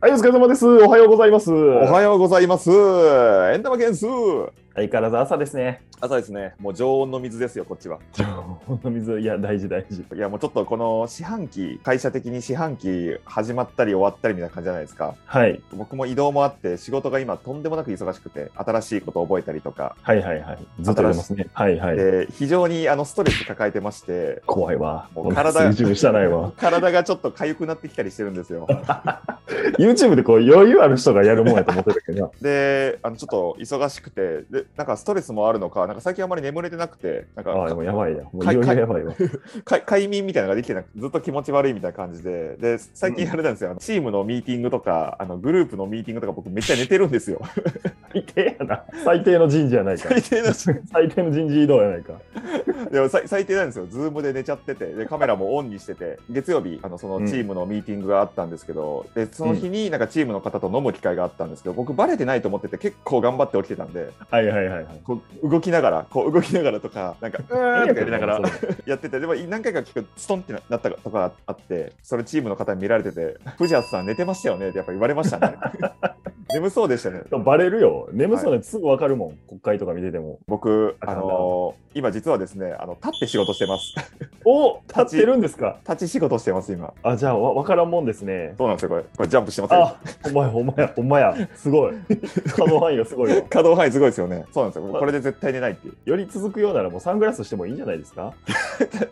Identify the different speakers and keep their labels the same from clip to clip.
Speaker 1: はい、お疲れ様です。おはようございます。
Speaker 2: おはようございます。エンタマ件数。
Speaker 1: 相変わらず朝ですね。
Speaker 2: 朝ですね、もう常温の水ですよ、こっちは。
Speaker 1: 常温の水、いや、大事大事。
Speaker 2: いや、もうちょっとこの四半期、会社的に四半期始まったり終わったりみたいな感じじゃないですか。
Speaker 1: はい、
Speaker 2: 僕も移動もあって、仕事が今とんでもなく忙しくて、新しいことを覚えたりとか、
Speaker 1: はいはいはい。ずっとやりますね。はいはい。
Speaker 2: で非常にあのストレス抱えてまして、
Speaker 1: 怖いわ。
Speaker 2: もう体
Speaker 1: 俺
Speaker 2: が。
Speaker 1: YouTube したないわ
Speaker 2: 体がちょっと痒くなってきたりしてるんですよ。
Speaker 1: YouTube でこう余裕ある人がやるもんやと思ってたけ どな。
Speaker 2: で、あのちょっと忙しくて、でなんかストレスもあるのか、なんか最近あまり眠れてなくて、なんか
Speaker 1: ああ、もうやばいや。もう
Speaker 2: か
Speaker 1: いよいよやばいわ。
Speaker 2: 快快眠みたいなのができてなくずっと気持ち悪いみたいな感じで、で、最近あれなんですよ、あのチームのミーティングとか、あのグループのミーティングとか、僕めっちゃ寝てるんですよ。
Speaker 1: 最低やな。最低の人事やない か。
Speaker 2: 最低なし
Speaker 1: 最低の人事異動やないか。
Speaker 2: でも最最低なんですよ、ズームで寝ちゃってて、でカメラもオンにしてて、月曜日、あのそのチームのミーティングがあったんですけど、でその日になんかチームの方と飲む機会があったんですけど、僕、バレてないと思ってて、結構頑張って起きてたんで、
Speaker 1: はいはいはいはい。
Speaker 2: こう動きながら、こう動きながらとか、なんか、うーんとかやりながら。やってて、でも何回か聞くとストンってなったとかあって、それチームの方に見られてて、藤原さん寝てましたよねってやっぱ言われましたね。 眠そうでしたね。
Speaker 1: バレるよ。眠そうなやつすぐわかるもん。国会とか見てても。
Speaker 2: 僕、あのー今実はですね、あの立って仕事してます。
Speaker 1: お立ってるんですか
Speaker 2: 立ち仕事してます、今。
Speaker 1: あ、じゃあわわからんもんですね。
Speaker 2: そうなんですよ、これ。これジャンプしてますよ。
Speaker 1: あ、ほんまや、ほんまや、ほんまや。すごい。可能範囲がすごいわ。
Speaker 2: 稼働範囲すごいですよね。そうなんですよ。これで絶対寝ないっていう。
Speaker 1: より続くようならもうサングラスしてもいいんじゃないですか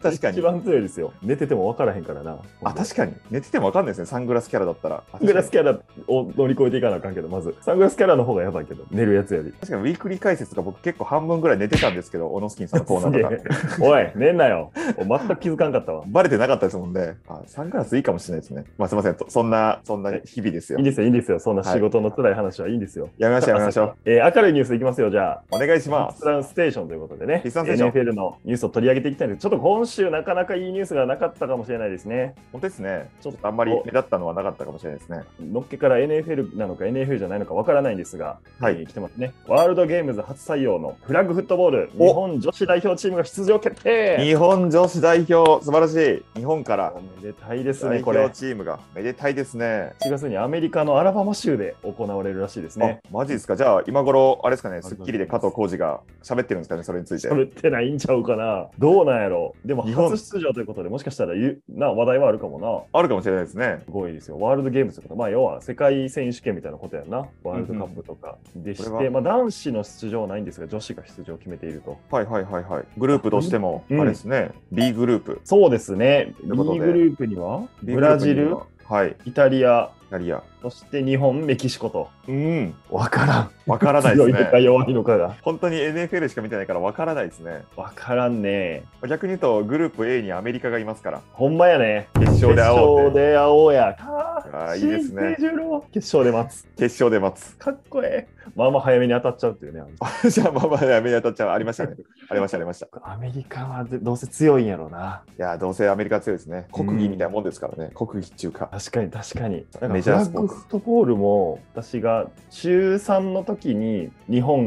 Speaker 2: 確か
Speaker 1: 一
Speaker 2: に。
Speaker 1: 番強いですよ。寝てても分からへんからな。
Speaker 2: あ、確かに。寝ててもわかんないですね、サングラスキャラだったら。
Speaker 1: サングラスキャラを乗り越えていかなあかんけど、まず。サングラスキャラの方がやばいけど、寝るやつより。
Speaker 2: 確かに、ウィークリー解説とか僕結構半分ぐらい寝てたんですけど、オノスキンさんのコー
Speaker 1: す
Speaker 2: ナ
Speaker 1: げ
Speaker 2: ーとか
Speaker 1: え。。おい、寝んなよ。お全く気づかんかったわ。
Speaker 2: バレてなかったですもんね。あ、サングラスいいかもしれないですね。まあ、すみません。そそんな、そんな日々ですよ
Speaker 1: いい。ですよ、いいんですよ。そんな
Speaker 2: はい
Speaker 1: 仕事の辛い話はいいんですよ。
Speaker 2: やめましょう、やめましょう。
Speaker 1: えー明るいニュースいきますよ、じゃあ。
Speaker 2: お願いしま
Speaker 1: リ
Speaker 2: す
Speaker 1: ス。ランステーションということでね、
Speaker 2: リスランステーション
Speaker 1: NFL のニュースを取り上げていきたいんですちょっと今週、なかなかいいニュースがなかったかもしれないですね。
Speaker 2: 本当ですね。
Speaker 1: ちょっ
Speaker 2: あんまり目立ったのはなかったかもしれないですね。
Speaker 1: のっけから NFL なのか NFL じゃないのかわからないんですが、
Speaker 2: はい
Speaker 1: えー来てますね。ワールドゲームズ初採用のフラッグフットボール、
Speaker 2: お
Speaker 1: 日本女子代表チームが出場決定
Speaker 2: 日本女子代表、素晴らしい。日本から
Speaker 1: おめでたいです
Speaker 2: 代
Speaker 1: ね、これ
Speaker 2: 表。チームがめでたいですね。
Speaker 1: 7月にアメリカのアラバマ州で行われるらしいですね。
Speaker 2: あマジですか。じゃあ、今頃、あれですかね、
Speaker 1: りがと
Speaker 2: ス
Speaker 1: う
Speaker 2: ッ
Speaker 1: ご
Speaker 2: キ
Speaker 1: ざいます
Speaker 2: リで加藤浩二が喋ってるんですかね、それについて。
Speaker 1: 喋ってないんちゃうかな。どうなんやろう。でも
Speaker 2: 日本
Speaker 1: 初出場ということで、もしかしたらゆな話題はあるかもな。
Speaker 2: あるかもしれないですね。
Speaker 1: すごいですよ。ワールドゲームズとか、まあ、要は世界選手権みたいなことやんな。ワールドカップとかでし
Speaker 2: う
Speaker 1: て、
Speaker 2: んこれ
Speaker 1: ま
Speaker 2: は
Speaker 1: あ、男子の出場はないんですが、女子が出場を決めていると。
Speaker 2: はいはいはいはい。グループとしても、あ
Speaker 1: うん
Speaker 2: れですね、B グループ。
Speaker 1: そうですね。
Speaker 2: とい
Speaker 1: B
Speaker 2: うことで
Speaker 1: グループには、
Speaker 2: B
Speaker 1: ブラジ
Speaker 2: グル
Speaker 1: ル
Speaker 2: ー、プにははい、イ
Speaker 1: イタリア、
Speaker 2: タリア。
Speaker 1: そして日本、メキシコと。
Speaker 2: うん、
Speaker 1: わから
Speaker 2: わから
Speaker 1: ん。
Speaker 2: ないで
Speaker 1: 強
Speaker 2: す
Speaker 1: いのか
Speaker 2: ね。
Speaker 1: 弱いのかが。
Speaker 2: 本当に NFL しか見てないからわからないですね。
Speaker 1: わからんね。
Speaker 2: 逆に言うと、グループ A にアメリカがいますから、
Speaker 1: ほんまやね。
Speaker 2: 決勝で
Speaker 1: 決
Speaker 2: 会おう
Speaker 1: 勝
Speaker 2: って。
Speaker 1: で会おうや。
Speaker 2: あーいいですね
Speaker 1: 新生十郎決勝で待つ。
Speaker 2: 決勝で待つ。
Speaker 1: かっこええ。まあまあ早めに当たっちゃうっていうね。
Speaker 2: じゃあ、まあまあ、アメリカとっちゃありましたね。ありました、ありました。い
Speaker 1: アメリカはどうせ強いんやろうな。
Speaker 2: や、どうせアメリカ強いですね。国技みたいなもんですからね。国技中華。
Speaker 1: 確かに確かに。なん
Speaker 2: メ
Speaker 1: か
Speaker 2: ジ
Speaker 1: フ
Speaker 2: ャー
Speaker 1: ラ
Speaker 2: ス
Speaker 1: ッ
Speaker 2: ポー
Speaker 1: グ
Speaker 2: ツ
Speaker 1: フットボールも私が中3の時に日本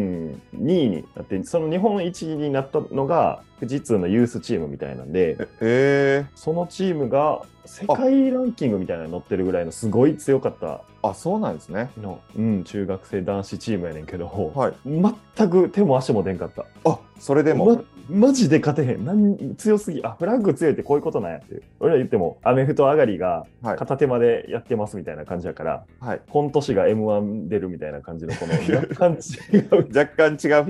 Speaker 1: 2位になってその日本1位になったのが富士通のユースチームみたいなんで
Speaker 2: ええ
Speaker 1: そのチームが世界ランキングみたいなのに載ってるぐらいのすごい強かった
Speaker 2: あ、そうなんですね。
Speaker 1: の、うん、中学生男子チームやねんけど、
Speaker 2: はい。
Speaker 1: 全く手も足も出んかった
Speaker 2: あ、それでも。
Speaker 1: ま、マジで勝てへんなん強すぎあフラッグ強いってこういうことなんやっていう俺ら言ってもアメフト上がりが
Speaker 2: はい。
Speaker 1: 片手までやってますみたいな感じやから
Speaker 2: はい。
Speaker 1: 今年が m 1出るみたいな感じのこの
Speaker 2: いや
Speaker 1: 若干違う
Speaker 2: 若干違うフ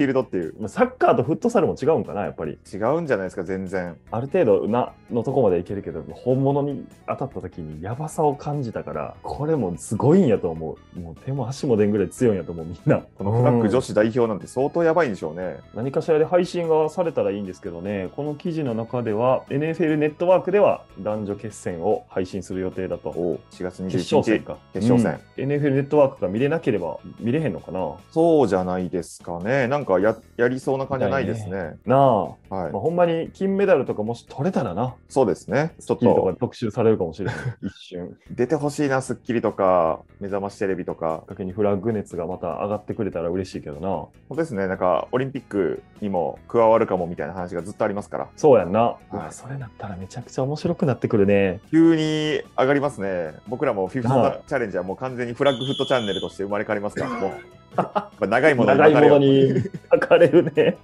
Speaker 2: ィールドっていう。
Speaker 1: まあサッカーとフットサルも違うんかなやっぱり
Speaker 2: 違うんじゃないですか、全然。
Speaker 1: ある程度なのとこまでいけるけど本物に当たった時にやばさを感じたからこれもすごいんやと思うもう手も足も出んぐらい強いんやと思うみんな
Speaker 2: このフラッグ
Speaker 1: うん
Speaker 2: 女子代表なんて相当やばいんでしょうね。
Speaker 1: 何かしらで配信がされたらいいんですけどね、この記事の中では、NFL ネットワークでは男女決戦を配信する予定だと。
Speaker 2: おう4月
Speaker 1: 決
Speaker 2: 21
Speaker 1: 勝戦
Speaker 2: 日。
Speaker 1: か。
Speaker 2: 決勝戦
Speaker 1: うん NFL ネットワークが見れなければ見れへんのかな。
Speaker 2: そうじゃないですかね。なんかややりそうな感じはないですね。
Speaker 1: な
Speaker 2: は
Speaker 1: あ、
Speaker 2: い
Speaker 1: まあ、。ほんまに金メダルとかもし取れたらな、
Speaker 2: そうですね。ちょっ
Speaker 1: 金とか
Speaker 2: と
Speaker 1: 特集されるかも しれない。一瞬。
Speaker 2: 出てほしいな、スッキリとか、目覚ましテレビとか。
Speaker 1: だけにフラッグ熱がまた上がってくれたら嬉しいけどな。
Speaker 2: 本当ですね、なんかオリンピックにも加わるかもみたいな話がずっとありますから、
Speaker 1: そうやんな。う
Speaker 2: は
Speaker 1: わ、
Speaker 2: い
Speaker 1: それなったらめちゃくちゃ面白くなってくるね。
Speaker 2: 急に上がりますね。僕らもフィフ
Speaker 1: なあ
Speaker 2: スチャレンジはもう完全にフラッグフットチャンネルとして生まれ変わりま すから、もうやっぱ長いもの
Speaker 1: 長いもの
Speaker 2: に
Speaker 1: に巻かれるね。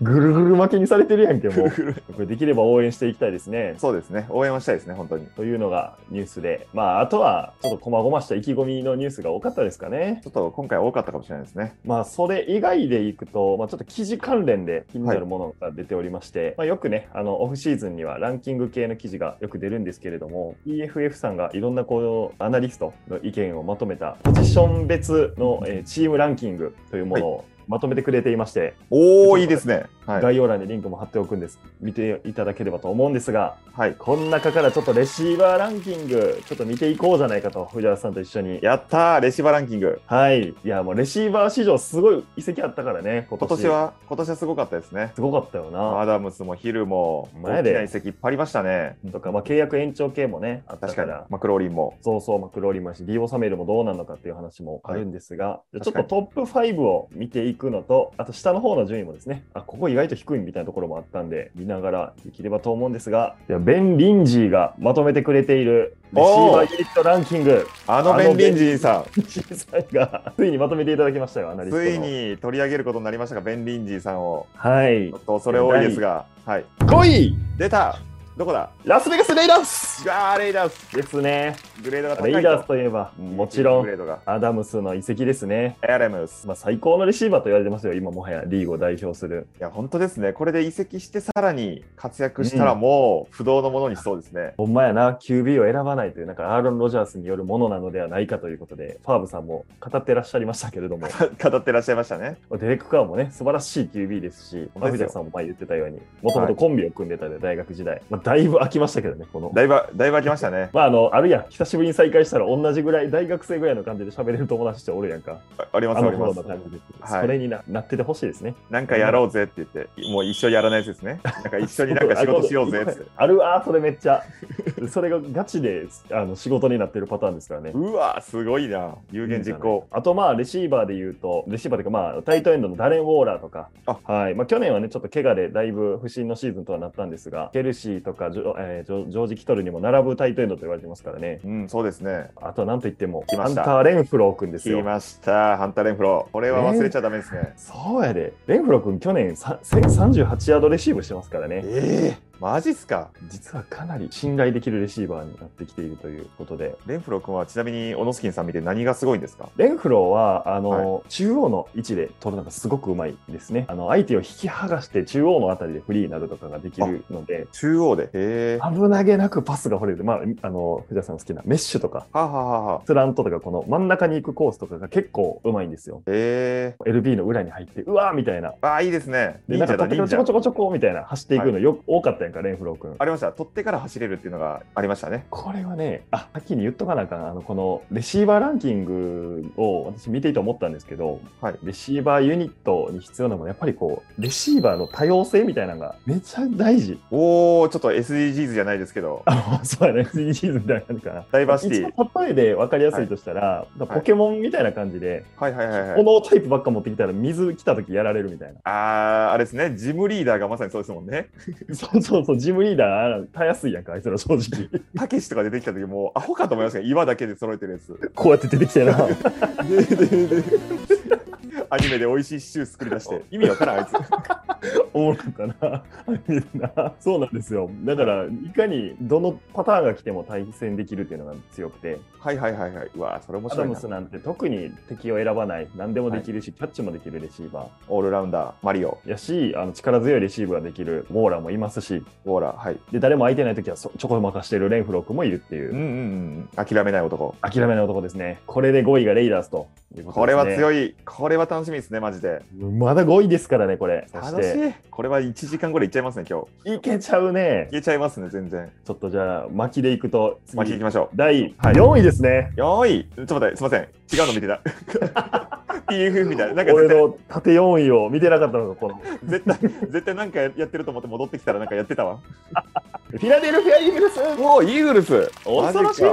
Speaker 1: ぐるぐる巻きにされてるやんけ、も
Speaker 2: 巻
Speaker 1: う。
Speaker 2: かれよう。
Speaker 1: これできれば応援していきたいですね。
Speaker 2: そうですね。応援はしたいですね、本当に。
Speaker 1: というのがニュースで、まあ、あとはちょっと細々した意気込みのニュースが多かったですかね。
Speaker 2: ちょっと今回は多かったかもしれないですね。
Speaker 1: まあ、それ以外でいくと、まあ、ちょっと記事関連で気になるものが出ておりまして、まあ、よくね、あのオフシーズンにはランキング系の記事がよく出るんですけれども、EFF さんがいろんなこうアナリストの意見をまとめた、ポジション別の、えーチームランキングというものをまとめてくれていまして、
Speaker 2: おー、いいですね。はい。
Speaker 1: 概要欄にリンクも貼っておくんです、見ていただければと思うんですが、
Speaker 2: はい、
Speaker 1: この中からちょっとレシーバーランキング、ちょっと見ていこうじゃないかと、藤原さんと一緒に。
Speaker 2: やったー、レシーバーランキング。
Speaker 1: はい、いや、もうレシーバー史上、すごい移籍あったからね、今
Speaker 2: 今
Speaker 1: 年
Speaker 2: 年は、今年はすごかったですね。
Speaker 1: すごかったよな。
Speaker 2: アダムスもヒルも、
Speaker 1: 前
Speaker 2: 大
Speaker 1: で
Speaker 2: きな遺跡いっぱいありましたね。
Speaker 1: とか、まあ、契約延長系もね、あった
Speaker 2: 確
Speaker 1: か
Speaker 2: かに
Speaker 1: ら。、
Speaker 2: マクローリンも。
Speaker 1: そうそう、マクローリンマシ、ディオサメルもどうなのかっていう話もあるんですが、じゃあちょっと
Speaker 2: 確か
Speaker 1: トップ5を見ていくのと、あと下の方の順位もですね、あ、ここ意外と低いみたいなところもあったんで、見ながらできればと思うんですが、ではベン・リンジーがまとめてくれているレシーバーユニットランキング、
Speaker 2: あの
Speaker 1: あの
Speaker 2: ベン・リンジーさん、
Speaker 1: シーさんが ついにまとめていただきましたよ、アナリストの。
Speaker 2: ついに取り上げることになりましたが、ベン・リンジーさんを。
Speaker 1: はい
Speaker 2: ちょっ。とそれ多いですが、はい。
Speaker 1: 5位、
Speaker 2: 出たどこだ
Speaker 1: ラスベガス・レイダース
Speaker 2: うわー、レイダース
Speaker 1: ですね。
Speaker 2: グレードが高い
Speaker 1: レ
Speaker 2: と
Speaker 1: イダースといえば、もちろ
Speaker 2: グレ
Speaker 1: ん、
Speaker 2: ードが。
Speaker 1: アダムスの移籍ですね。
Speaker 2: エアレムス。
Speaker 1: まあ、最高のレシーバーと言われてますよ、今もはやリーグを代表する。
Speaker 2: いや、本当ですね。これで移籍して、さらに活躍したらもう不動のものにしそうですね。
Speaker 1: ほんまやな、QB を選ばないという、なんかアーロン・ロジャースによるものなのではないかということで、ファーブさんも語ってらっしゃいましたけれども、
Speaker 2: 語ってらっしゃいましたね。
Speaker 1: デレック・カーもね、素晴らしい QB ですし、
Speaker 2: 本当
Speaker 1: マ
Speaker 2: で
Speaker 1: フ
Speaker 2: す
Speaker 1: ジ
Speaker 2: よ
Speaker 1: ャさんも前言ってたように、もともとコンビを組んでたで、大学時代。まあ、だいぶ飽きましたけどね、この。
Speaker 2: だいぶ、だいぶ飽きましたね。
Speaker 1: まあ、あの、あるやん、久しぶりに再会したら同じぐらい、大学生ぐらいの感じで喋れる友達っておるやんか。
Speaker 2: ああります、
Speaker 1: あ
Speaker 2: あ
Speaker 1: の
Speaker 2: りま
Speaker 1: 頃の。
Speaker 2: す
Speaker 1: 感じです。
Speaker 2: はい
Speaker 1: それにななっててほしいですね。
Speaker 2: なんかやろうぜって言って、もう一緒にやらないやつですね。なんか一緒になんか仕事しようぜっつ って。
Speaker 1: あるわー、それめっちゃ。それがガチであの仕事になってるパターンですからね。
Speaker 2: うわー、すごいな。有言実行。
Speaker 1: あとまあレシーバーで言うと、レシーバーというかまあタイトエンドのダレン・ウォーラーとか、
Speaker 2: あ
Speaker 1: はいまあ、去年はね、ちょっと怪我でだいぶ不振のシーズンとはなったんですが、ケルシーとかジョ,、えージョジョージ・キトルにも並ぶタイトエンドと言われてますからね。
Speaker 2: うん、そうですね。
Speaker 1: あとはなんといっても、
Speaker 2: 来ま
Speaker 1: ハ
Speaker 2: し
Speaker 1: ン
Speaker 2: た
Speaker 1: ター・レンフロー君です
Speaker 2: 聞き
Speaker 1: よ。
Speaker 2: ました。ハンター・レンフロー。これは忘れちゃダメですね。
Speaker 1: そうやで、レンフロー君、去年さ1038ヤードレシーブしてますからね。
Speaker 2: ええマジっすか。
Speaker 1: 実はかなり信頼できるレシーバーになってきているということで、
Speaker 2: レンフロー君はちなみにオノスキンさん見て何がすごいんですか
Speaker 1: レンフローはあの、中央の位置で取るのがすごくうまいですねあの。相手を引き剥がして中央のあたりでフリーになるとかができるので、
Speaker 2: 中央で。へえ。は
Speaker 1: 危なげなくパスが掘れる、まあ、あの藤田さん好きなメッシュとか、
Speaker 2: あはあはあはあ。
Speaker 1: スラントとか、この真ん中に行くコースとかが結構うまいんですよ。
Speaker 2: ええ
Speaker 1: LB の裏に入って、うわーみたいな。
Speaker 2: ああ、いいですね。
Speaker 1: で、な
Speaker 2: 忍
Speaker 1: ん
Speaker 2: 者
Speaker 1: か
Speaker 2: だ、
Speaker 1: ちょ
Speaker 2: 忍
Speaker 1: こちょこ
Speaker 2: 者。
Speaker 1: ちょこみたいな走っていくのよ、多かったやんか、レンフロー君。
Speaker 2: ありました。取ってから走れるっていうのがありましたね。
Speaker 1: これはね、あ、先に言っとかなあかん。あの、このレシーバーランキングを私見ていて思ったんですけど、
Speaker 2: はい
Speaker 1: レシーバーユニットに必要なのは、やっぱりこう、レシーバーの多様性みたいなのがめちゃ大事。
Speaker 2: おー、ちょっと SDGs じゃないですけど。
Speaker 1: あの、そうやね、SDGs みたいな感じかな。
Speaker 2: ダイバーシティ
Speaker 1: 一番例えで分かりやすいとしたら、ポケモンみたいな感じで、
Speaker 2: はいはいはいはい。
Speaker 1: このタイプばっか持ってきたら水来た時やられるみたいな。
Speaker 2: あー、あれですね。ジムリーダーがまさにそうですもんね。
Speaker 1: そうそうそう、ジムリーダー、たやすいやんか、あいつら正直。
Speaker 2: たけしとか出てきた時もうアホかと思いましたけど岩だけで揃えてるやつ
Speaker 1: こうやって出てきたな。
Speaker 2: アニメで美味しいシチュー作り出して意味わからんあいつ
Speaker 1: おもろかったな見るな。そうなんですよ。だから、いかにどのパターンが来ても対戦できるっていうのが強くて、
Speaker 2: はいはいはいはいうわーそれ面
Speaker 1: アダ
Speaker 2: 白い
Speaker 1: ム
Speaker 2: な
Speaker 1: スなんて特に敵を選ばない、何でもできるし、キャッチもできるレシーバ
Speaker 2: オールラウンダーマリオ
Speaker 1: ーやし、あの力強いレシーブができるウォーラーもいますし、
Speaker 2: ウォーラーはい
Speaker 1: で誰も空いてないときはそちょこまかしてるレンフロー君もいるってい
Speaker 2: うんう
Speaker 1: う、
Speaker 2: んうん諦めない男
Speaker 1: 諦めない男ですね。これで5位がレイダースということです、ね。
Speaker 2: これは強
Speaker 1: い。
Speaker 2: いこれは楽しみですねマジで
Speaker 1: まだ5位ですからね、これ。そし、
Speaker 2: 楽していこれは1時間ぐらいいっちゃいますね今日
Speaker 1: いけちゃうね。
Speaker 2: 消えちゃいますね全然
Speaker 1: ちょっとじゃあ、巻きでいくと、次
Speaker 2: 巻きいきましょう
Speaker 1: 第
Speaker 2: はい
Speaker 1: 4位ですね。
Speaker 2: よーいちょっと待ってすいません違うの見てた PFF みたいななんか
Speaker 1: 俺
Speaker 2: 絶対
Speaker 1: の縦4位を見てなかったのか、この。
Speaker 2: 絶対絶対なんかやってると思って戻ってきたらなんかやってたわ
Speaker 1: フィラデルフィア・イーグルス
Speaker 2: おおイーグルス
Speaker 1: 恐ろしい
Speaker 2: マジか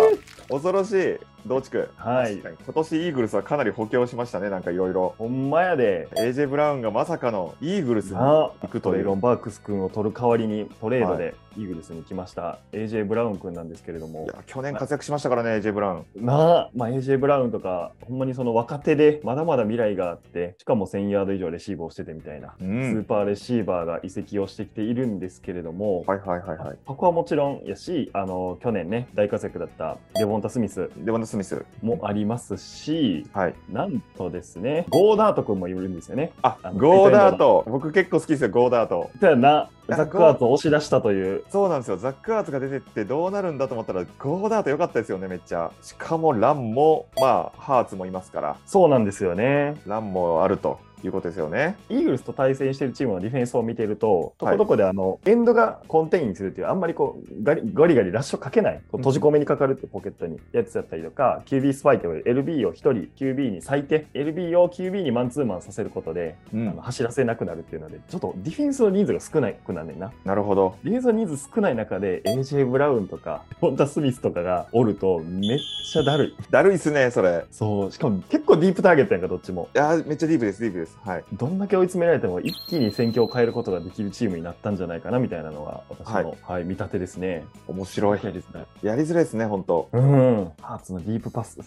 Speaker 2: 恐ろしい、同地区。
Speaker 1: はい
Speaker 2: 確かに今年イーグルスはかなり補強しましたね、なんかいろいろ。
Speaker 1: ほんまやで。
Speaker 2: AJ ブラウンがまさかのイーグルスに
Speaker 1: な
Speaker 2: 行
Speaker 1: あ、
Speaker 2: く
Speaker 1: ト
Speaker 2: と
Speaker 1: レ
Speaker 2: い
Speaker 1: イロ
Speaker 2: う。
Speaker 1: ン・バークス君を取る代わりにトレードでイーグルスに来ました、AJ ブラウン君なんですけれど
Speaker 2: い
Speaker 1: も
Speaker 2: や去年活躍しましたからね、AJ ブラウン。
Speaker 1: なあ、まあ、AJ ブラウンとかほんまにその若手でまだまだ未来があってしかも1000ヤード以上レシーブをしててみたいな、
Speaker 2: う
Speaker 1: スー
Speaker 2: ん。
Speaker 1: パーレシーバーが移籍をしてきているんですけれども、
Speaker 2: はいはいはいはい。
Speaker 1: そこはもちろんやしあの去年ね大活躍だったデボンタ・スミス
Speaker 2: デボンド・スミス。
Speaker 1: もありますし
Speaker 2: はい。
Speaker 1: なんとですねゴーダート君もいるんですよね。
Speaker 2: あ
Speaker 1: あ、の
Speaker 2: ゴーダート。僕結構好きですよ、ゴーダート。
Speaker 1: だよなザックアーツを押し出したという
Speaker 2: そうなんですよ、ザックアーツが出てってどうなるんだと思ったら、ゴーダート良かったですよね、めっちゃ。しかも、ランも、まあ、ハーツもいますから、
Speaker 1: そうなんですよね。
Speaker 2: ランもあるということですよね。
Speaker 1: イーグルスと対戦しているチームのディフェンスを見ていると、と
Speaker 2: はい
Speaker 1: こどこであの、エンドがコンテインするっていう、あんまりこうガリガリガリラッシュをかけない、こう閉じ込めにかかるってポケットにやつだったりとか、QB スパイという LB を1人、QB に最低、LB を QB にマンツーマンさせることで、
Speaker 2: う
Speaker 1: あの、走らせなくなるっていうので、ちょっとディフェンスの人数が少ないくなんねんな。
Speaker 2: なるほど。
Speaker 1: ディフェンスの人数少ない中で、AJ ブラウンとか、ポンタ・スミスとかがおると、めっちゃだるい。
Speaker 2: だるいっすね、それ。
Speaker 1: そう、しかも結構ディープターゲットやんか、どっちも。
Speaker 2: いやーめっちゃディープです、ディープです。はい。
Speaker 1: どんだけ追い詰められても一気に戦況を変えることができるチームになったんじゃないかなみたいなのが私の、
Speaker 2: は
Speaker 1: はいい見立てですね。
Speaker 2: 面白い。
Speaker 1: いですね。
Speaker 2: やりづらいですね、本当
Speaker 1: うん。ハーツのディープパス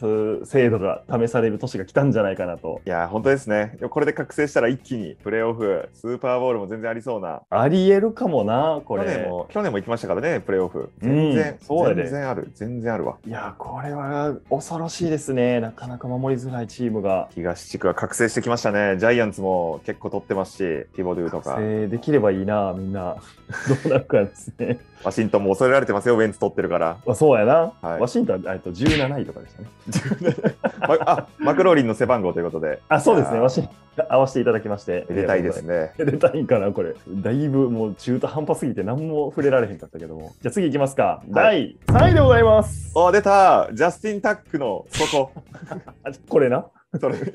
Speaker 1: 精度が試される年が来たんじゃないかなと。
Speaker 2: いやー本当ですね。でもこれで覚醒したら一気にプレーオフ、スーパーボールも全然ありそうな。
Speaker 1: ありえるかもな、こ
Speaker 2: 去年
Speaker 1: れ。
Speaker 2: も、去年も行きましたからね、プレーオフ。
Speaker 1: う
Speaker 2: 全
Speaker 1: ん
Speaker 2: 然、
Speaker 1: そうやで
Speaker 2: 全然ある、全然あるわ。
Speaker 1: いや、これは恐ろしいですね。なかなか守りづらいチームが。
Speaker 2: 東地区は覚醒してきましたね。ジャイアンツも結構取ってますし、ティボドゥとか
Speaker 1: 達、成できればいいな、みんな。 どうなるかですね。
Speaker 2: ワシントンも恐れられてますよ、ウェンツ取ってるから。
Speaker 1: まあ、そうやな。
Speaker 2: はい
Speaker 1: ワシントンはえっと17位とかでしたね。
Speaker 2: まあ、マクローリンの背番号ということで、
Speaker 1: あ、そうです
Speaker 2: い
Speaker 1: ね。
Speaker 2: やー
Speaker 1: ワシン トン合わせていただきまして。
Speaker 2: めでたいですね。
Speaker 1: 出たいんかな、これ。だいぶもう中途半端すぎて何も触れられへんかったけども。じゃあ次行きますか。
Speaker 2: は
Speaker 1: 第3位でございます。
Speaker 2: お、出たジャスティン・タックのそこ。
Speaker 1: あこれな。
Speaker 2: それ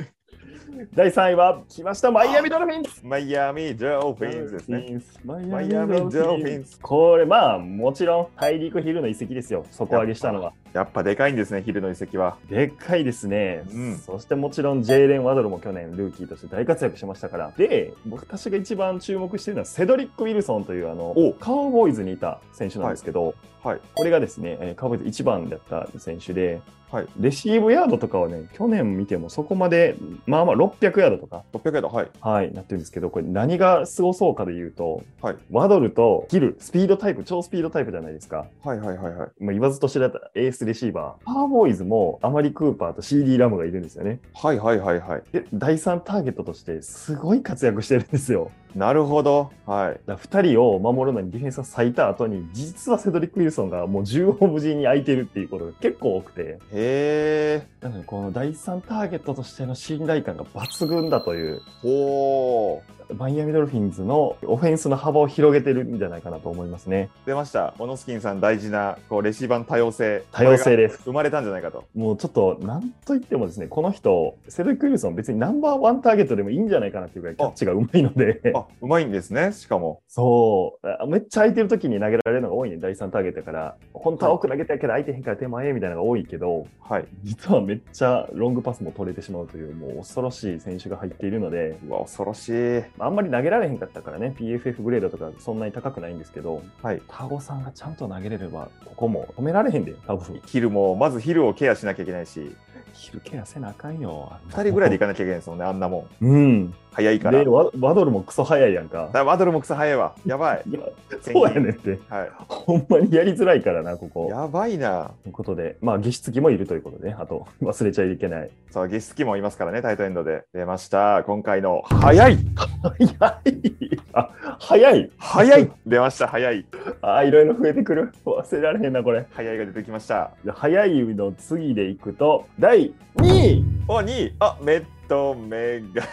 Speaker 1: 第3位は、来ました、マイアミドルフィンズ。
Speaker 2: マイアミ・ジョー・フィンズですね。
Speaker 1: マ
Speaker 2: マ
Speaker 1: イ
Speaker 2: イ
Speaker 1: ア
Speaker 2: ア
Speaker 1: ミ
Speaker 2: ミ・
Speaker 1: ド
Speaker 2: ジョー・
Speaker 1: ル
Speaker 2: フ
Speaker 1: フ
Speaker 2: ィ
Speaker 1: ィ
Speaker 2: ン
Speaker 1: ン
Speaker 2: ズ
Speaker 1: ズ。。これ、まあ、もちろん、大陸ヒルの遺跡ですよ。底上げしたのは。
Speaker 2: やっぱでかいんですね、ヒルの遺跡は。
Speaker 1: でっかいですね、
Speaker 2: うん
Speaker 1: そしてもちろんジェイレン・ワドルも去年ルーキーとして大活躍しましたからで私が一番注目しているのはセドリック・ウィルソンというあの
Speaker 2: お
Speaker 1: カウボーイズにいた選手なんですけど、
Speaker 2: はい。
Speaker 1: これがですね、えーカーボーイズ1番だった選手で、
Speaker 2: はい
Speaker 1: レシーブヤードとかはね、去年見てもそこまで、まあまあ600ヤードとか、
Speaker 2: 600ヤード、はい。
Speaker 1: はい、なってるんですけど、これ何がすごそうかで言うと、
Speaker 2: はい。
Speaker 1: ワドルとギル、スピードタイプ、超スピードタイプじゃないですか。
Speaker 2: はいはいはいはい。
Speaker 1: まあ、言わずと知らたエースレシーバー。カーボーイズもアマリ・クーパーと CD ・ラムがいるんですよね。
Speaker 2: はいはいはいはい。
Speaker 1: で、第3ターゲットとしてすごい活躍してるんですよ。
Speaker 2: なるほど。はい。
Speaker 1: だから2人を守るのにディフェンスが割いた後に、実はセドリック・ウィルソンがもう縦横無尽に空いてるっていうことが結構多くて、
Speaker 2: へえ。
Speaker 1: なので、この第3ターゲットとしての信頼感が抜群だという、
Speaker 2: ほー。
Speaker 1: マイアミドルフィンズのオフェンスの幅を広げてるんじゃないかなと思いますね。
Speaker 2: 出ました。モノスキンさん大事な、こう、レシーバーの多様性。
Speaker 1: 多様性です。
Speaker 2: 生まれたんじゃないかと。
Speaker 1: もうちょっと、なんといってもですね、この人、セドリック・ウィルソン、別にナンバーワンターゲットでもいいんじゃないかなっていうぐらい、キャッチがうまいので、
Speaker 2: あ、うまいんですね、しかも。
Speaker 1: そうあ、めっちゃ空いてる時に投げられるのが多いね、第3ターゲットだから、本当は奥投げたいけど、空いてへんから手前みたいなのが多いけど、
Speaker 2: はい。
Speaker 1: 実はめっちゃロングパスも取れてしまうという、もう恐ろしい選手が入っているので、
Speaker 2: うわ、恐ろしい。
Speaker 1: あんまり投げられへんかったからね、PFF グレードとかそんなに高くないんですけど、
Speaker 2: はい。
Speaker 1: タゴさんがちゃんと投げれれば、ここも止められへんで、多分。
Speaker 2: ヒルも、まずヒルをケアしなきゃいけないし、
Speaker 1: ヒルケアせなあかんよ。
Speaker 2: 2人ぐらいで行かなきゃいけないですもんね、あんなもん。
Speaker 1: うん。
Speaker 2: 早いから。
Speaker 1: で、
Speaker 2: だか
Speaker 1: ワワドルもクソ早いやんか。
Speaker 2: らワドルも草早いわ。やばい。
Speaker 1: いやそうやねんって。
Speaker 2: はい。
Speaker 1: ほんまにやりづらいからな、ここ。
Speaker 2: やばいな。
Speaker 1: ということで、まあ、下出機もいるということで、ね、あと、忘れちゃいけない。
Speaker 2: そう、ゲスキもいますからね、タイトエンドで。出ました。今回の、早い
Speaker 1: 早いあ、早い
Speaker 2: 早い出ました、早い。
Speaker 1: あ、いろいろ増えてくる。忘れられへんな、これ。
Speaker 2: 早いが出てきました。
Speaker 1: じゃあ早いの次でいくと、第2位
Speaker 2: お、2位。あ、メットメガ。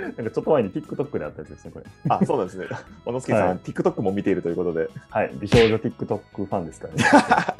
Speaker 1: なんかちょっと前に TikTok であったやつですね、これ。
Speaker 2: あ、そうなんですね。 小野助さん、
Speaker 1: はい
Speaker 2: TikTok も見ているということで、
Speaker 1: はい、美少女 TikTok ファンですからね。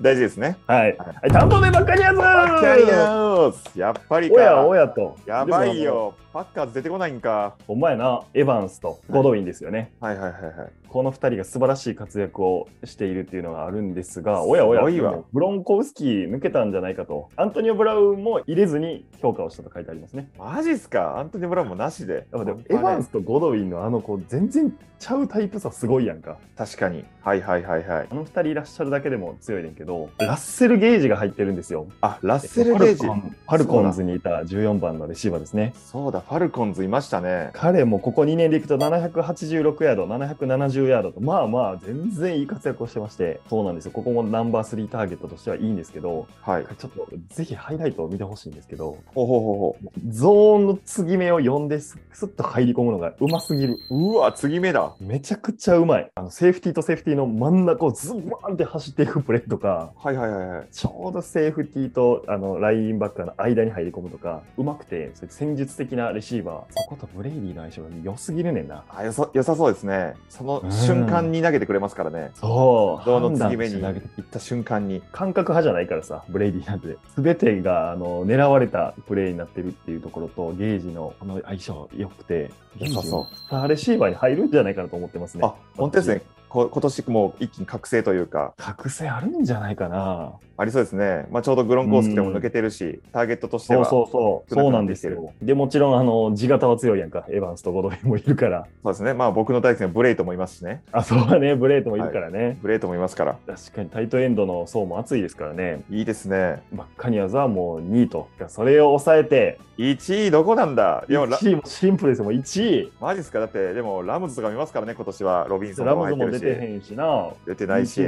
Speaker 2: 大事ですね。
Speaker 1: はい。はい、担当でばっかりやぞ
Speaker 2: キャリアーズやっぱりか。
Speaker 1: おやおやと。
Speaker 2: やばいよ。パッカーズ出てこないんか。
Speaker 1: お前な、エヴァンスとゴドウィンですよね。
Speaker 2: はいはいはいはい。
Speaker 1: この2人が素晴らしい活躍をしているっていうのがあるんですが、おやおや、
Speaker 2: すごいわ
Speaker 1: でもブロンコウスキー抜けたんじゃないかと、アントニオ・ブラウンも入れずに評価をしたと書いてありますね。
Speaker 2: マジっすかアントニー・ブラウンもなしで。
Speaker 1: やっぱでもエヴァンスとゴドウィンのあの子、全然ちゃうタイプさすごいやんか。
Speaker 2: 確かに。はいはいはいはい
Speaker 1: あ。の2人いらっしゃるだけでも強いねんけど、ラッセル・ゲージが入ってるんですよ。
Speaker 2: あ、ラッセル・ゲージ。
Speaker 1: ファルコンズにいた14番のレシーバーですね。
Speaker 2: そうだ、ファルコンズいましたね。
Speaker 1: 彼もここ2年でいくと786ヤード、770ヤードと、まあまあ、全然いい活躍をしてまして、そうなんですよ、ここもナンバー3ターゲットとしてはいいんですけど、
Speaker 2: はい。
Speaker 1: ちょっとぜひハイライトを見てほしいんですけど、
Speaker 2: ほうほうほう
Speaker 1: ゾーンの継ぎ目を読んですスッと入り込むのがうますぎる。
Speaker 2: ほう。うわ、継ぎ目だ。
Speaker 1: めちゃくちゃうまい。あのセーフティーとセーフティーの真ん中をズバーンって走っていくプレーとか、
Speaker 2: はいはいはいはい。
Speaker 1: ちょうどセーフティーとあのラインバッカーの間に入り込むとか、うまくて、それ戦術的なレシーバー、そことブレイディの相性が良すぎるねんな。
Speaker 2: あよさ良さそうですね。その瞬間に投げてくれますからね。
Speaker 1: そう。
Speaker 2: ゾーンの継ぎ目に
Speaker 1: 判断しなきゃ
Speaker 2: 行った瞬間に。
Speaker 1: 感覚派じゃないからさ、ブレイディなんて。すべてがあの狙われたプレーになってるっていうところと、ゲージのこの相性良くて、ゲー
Speaker 2: 良さ
Speaker 1: ジ
Speaker 2: そう
Speaker 1: のスターレシーバーに入るんじゃないかなと思ってますね。
Speaker 2: あ、本当ですね。こ今年もう一気に覚醒というか、
Speaker 1: 覚醒あるんじゃないかな。
Speaker 2: ありそうですね。まあ、ちょうどグロンコースクでも抜けてるし、ターゲットとして
Speaker 1: そう
Speaker 2: は。
Speaker 1: そうそう。
Speaker 2: 少な
Speaker 1: そう
Speaker 2: く
Speaker 1: な
Speaker 2: なんっ
Speaker 1: で
Speaker 2: て
Speaker 1: す
Speaker 2: きてる
Speaker 1: よ。で、もちろん、あの、地型は強いやんか。エヴァンスとゴドウィンもいるから。
Speaker 2: そうですね。まあ、僕の大好きなブレイトもいますしね。
Speaker 1: あ、そうだね。ブレイトもいるからね。
Speaker 2: ブレイトもいますから。
Speaker 1: 確かにタイトエンドの層も厚いですからね。
Speaker 2: いいですね。
Speaker 1: バッカニアズはもう2位と。それを抑えて、
Speaker 2: 1位どこなんだいやラ
Speaker 1: 1位もシンプルですよ。もう1位。
Speaker 2: マジっすかだって、でもラムズとか見ますからね、今年はロビンソン
Speaker 1: ラ
Speaker 2: と
Speaker 1: ムズ
Speaker 2: か入
Speaker 1: も
Speaker 2: って
Speaker 1: 出
Speaker 2: るし。
Speaker 1: てへんしな。
Speaker 2: 出てないし。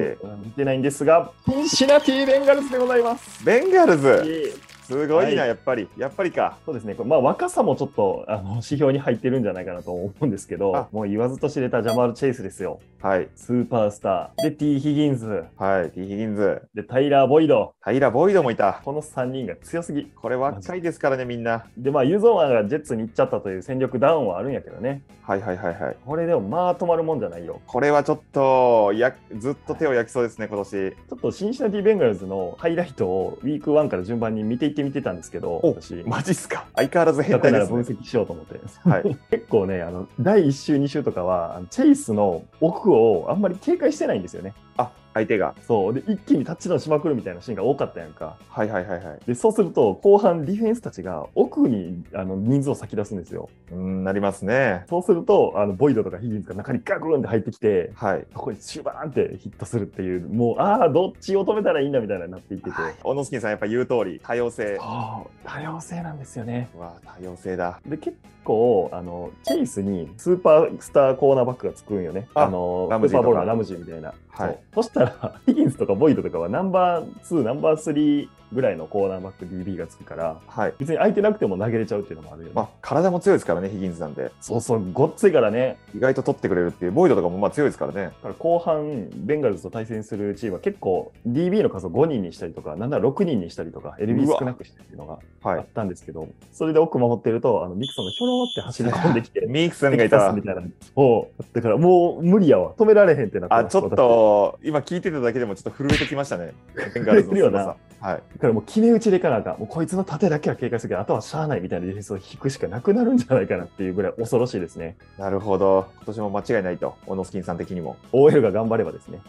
Speaker 1: 見てないんですが、ピンシナティ・ベンガルズでございます。
Speaker 2: ベンガルズすご
Speaker 1: は
Speaker 2: いな、
Speaker 1: い
Speaker 2: やっぱり。やっぱりか。
Speaker 1: そうですね、これまあ、若さもちょっとあの指標に入ってるんじゃないかなと思うんですけど
Speaker 2: あ、
Speaker 1: もう言わずと知れたジャマール・チェイスですよ、
Speaker 2: はい。
Speaker 1: スーパースター、で、T ・ヒギンズ、
Speaker 2: はい。ティー・ヒギンズ。
Speaker 1: で、タイラー・ボイド、
Speaker 2: タイラ・ボイドもいた。
Speaker 1: この3人が強すぎ、
Speaker 2: これ若いですからね、みんな。
Speaker 1: で、まあ、ユゾマがジェッツに行っちゃったという戦力ダウンはあるんやけどね、
Speaker 2: はいはいはいはい。
Speaker 1: これでもまあ止まるもんじゃないよ、
Speaker 2: これはちょっとやずっと手を焼きそうですね、今年。
Speaker 1: ちょっとシンシナティ・ベンガルズのハイライトをウィーク1から順番に見ていってみてたんですけど、
Speaker 2: お
Speaker 1: 私、
Speaker 2: マジっすか。相変わらず
Speaker 1: だ
Speaker 2: 変
Speaker 1: か
Speaker 2: 態
Speaker 1: ら
Speaker 2: で
Speaker 1: 分
Speaker 2: す、ね。
Speaker 1: 析しようと思って。
Speaker 2: はい。
Speaker 1: 結構ね、あの第1週、2週とかは、あのチェイスの奥をあんまり警戒してないんですよね。
Speaker 2: あ、相手が。
Speaker 1: そうで一気にタッチダウンしまくるみたいなシーンが多かったやんか。
Speaker 2: はいはいはいはい。
Speaker 1: でそうすると、後半、ディフェンスたちが奥にあの人数を先出すんですよ。
Speaker 2: うーん、なりますね。
Speaker 1: そうすると、あのボイドとかヒギンズが中にガクンって入ってきて、
Speaker 2: はい。
Speaker 1: そこにシュバーンってヒットするっていう、もう、ああ、どっちを止めたらいいんだみたいなになっていってて、
Speaker 2: オノスキンさん、やっぱ言う通り、多様性。
Speaker 1: そう多様性なんですよね。
Speaker 2: うわ多様性だ。
Speaker 1: で結構あのチェイスにスーパースターコーナーバックがつくんよね。
Speaker 2: あ
Speaker 1: あの
Speaker 2: ラムジ
Speaker 1: スーパー
Speaker 2: ーとか
Speaker 1: ボールのラムジーみたいな。
Speaker 2: はい
Speaker 1: そうそしたらヒギンスとかボイドとかはナンバー2ナンバー3ぐらいのコーナーバック DB がつくから
Speaker 2: はい。
Speaker 1: 別に空いてなくても投げれちゃうっていうのもあるよね。
Speaker 2: まあ、体も強いですからね、ヒギンズなんで。
Speaker 1: そうそうごっついからね。
Speaker 2: 意外と取ってくれるっていう、ボイドとかもまあ強いですからね。
Speaker 1: だから後半ベンガルズと対戦するチームは結構 DB の数を5人にしたりとかなんなら6人にしたりとか LB
Speaker 2: うわ
Speaker 1: 少なくしたりっていうのが
Speaker 2: は
Speaker 1: あっ
Speaker 2: い。
Speaker 1: たんですけど、それで奥守ってるとあのミクソンがひょろーって走り込んできて。
Speaker 2: ミークスンが
Speaker 1: テ
Speaker 2: い
Speaker 1: キサ
Speaker 2: た
Speaker 1: スみ。たいな。そう。だからもう無理やわ。止められへんってなって
Speaker 2: あ、
Speaker 1: ます
Speaker 2: ちょっ。と、今聞いてただけでもちょっと震えてきまし たね。ベンガル
Speaker 1: 震え
Speaker 2: ズの
Speaker 1: てるよ
Speaker 2: 凄
Speaker 1: な
Speaker 2: さ。はい。
Speaker 1: 私だからもう決め打ちでいかなあかん。もうこいつの盾だけは警戒するけど、あとはしゃあないみたいなディフェンスを引くしかなくなるんじゃないかなっていうぐらい恐ろしいですね。
Speaker 2: なるほど。今年も間違いないと、オノスキンさん的にも。
Speaker 1: OL が頑張ればですね。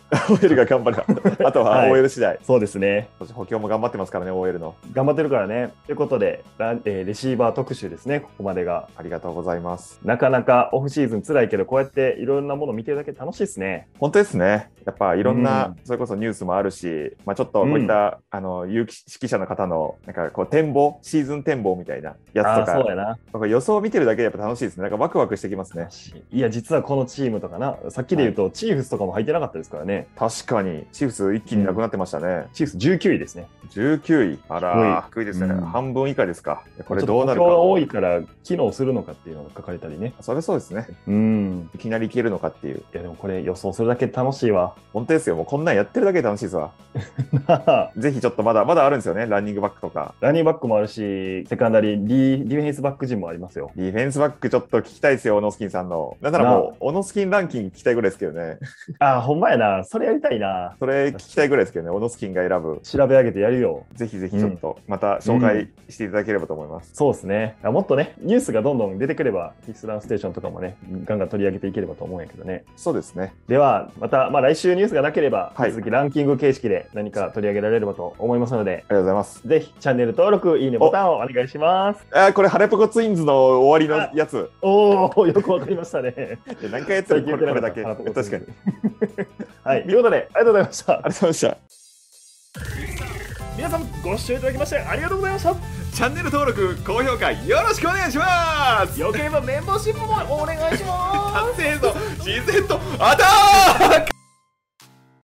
Speaker 2: OL が頑張れば。あと
Speaker 1: は
Speaker 2: は
Speaker 1: い
Speaker 2: OL 次第。
Speaker 1: そうですね。
Speaker 2: 今年補強も頑張ってますからね、OL の。
Speaker 1: 頑張ってるからね。ということで、ランえーレシーバー特集ですね。ここまでが。
Speaker 2: ありがとうございます。
Speaker 1: なかなかオフシーズン辛いけど、こうやっていろんなもの見てるだけで楽しいですね。
Speaker 2: 本当ですね。やっぱいろんな、
Speaker 1: うん
Speaker 2: それこそニュースもあるし、まあ、ちょっとこういった、あの有識者の方のなんかこう展望、シーズン展望みたいなや
Speaker 1: あ
Speaker 2: つ
Speaker 1: あー、そ
Speaker 2: と
Speaker 1: う
Speaker 2: か、
Speaker 1: やな。
Speaker 2: なんか予想を見てるだけでやっぱ楽しいですね。なんかワクワクしてきますね。
Speaker 1: いや、実はこのチームとかな、さっきで言うと、チーフスとかも入ってなかったですからね。
Speaker 2: 確かに、チーフス一気になくなってましたね。
Speaker 1: チーフス19位ですね。
Speaker 2: 19位。あら、低いですね、
Speaker 1: うん
Speaker 2: 半分以下ですか。これ
Speaker 1: ちょっと
Speaker 2: どうなるか
Speaker 1: 補強。が多いから機能するのかっていうのが書かれたりね。
Speaker 2: それそうですね。
Speaker 1: うん。
Speaker 2: いきなりいけるのかっていう。
Speaker 1: いやでもこれ予想するだけで楽しいわ。
Speaker 2: 本当ですよ。ももうこんなんやってるだけで楽しいですわ。ぜひちょっとまだ、まだあるんですよね、ランニングバックとか。
Speaker 1: ランニングバックもあるし、セカンダリーリーディフェンスバック陣もありますよ。
Speaker 2: ディフェンスバックちょっと聞きたいですよ、オノスキンさんの。なんならもう、オノスキンランキング聞きたいぐらいですけどね。
Speaker 1: あー、ほんまやな。それやりたいな。
Speaker 2: それ聞きたいぐらいですけどね、オノスキンが選ぶ。
Speaker 1: 調べ上げてやるよ。
Speaker 2: ぜひぜひちょっと、また紹介していただければと思います。
Speaker 1: そうですね。あもっとね、ニュースがどんどん出てくれば、ヒスランステーションとかもね、ガンガン取り上げていければと思うんやけどね。
Speaker 2: そうですね。
Speaker 1: では、また、まあ、来週ニュースがなければ、
Speaker 2: は
Speaker 1: 引
Speaker 2: い
Speaker 1: き続きランキング形式で何か取り上げられればと思いますので、
Speaker 2: ありがとうございます。
Speaker 1: ぜひチャンネル登録、いいねボタンをお願いします。
Speaker 2: あーこれ、ハレポコツインズの終わりのやつ。
Speaker 1: おお、よくわかりましたね。
Speaker 2: いや何回やってるこれこれだ け。
Speaker 1: 最近
Speaker 2: 確
Speaker 1: 言ってなかった
Speaker 2: かに。
Speaker 1: はい、ということで、ありがとうございました
Speaker 2: あ。りがとうございました。
Speaker 1: 皆さんご視聴いただきましてありがとうございました
Speaker 2: チャンネル登録、高評価よろしくお願いします
Speaker 1: よければメンバーシップもお願いします
Speaker 2: 生と自然とアタック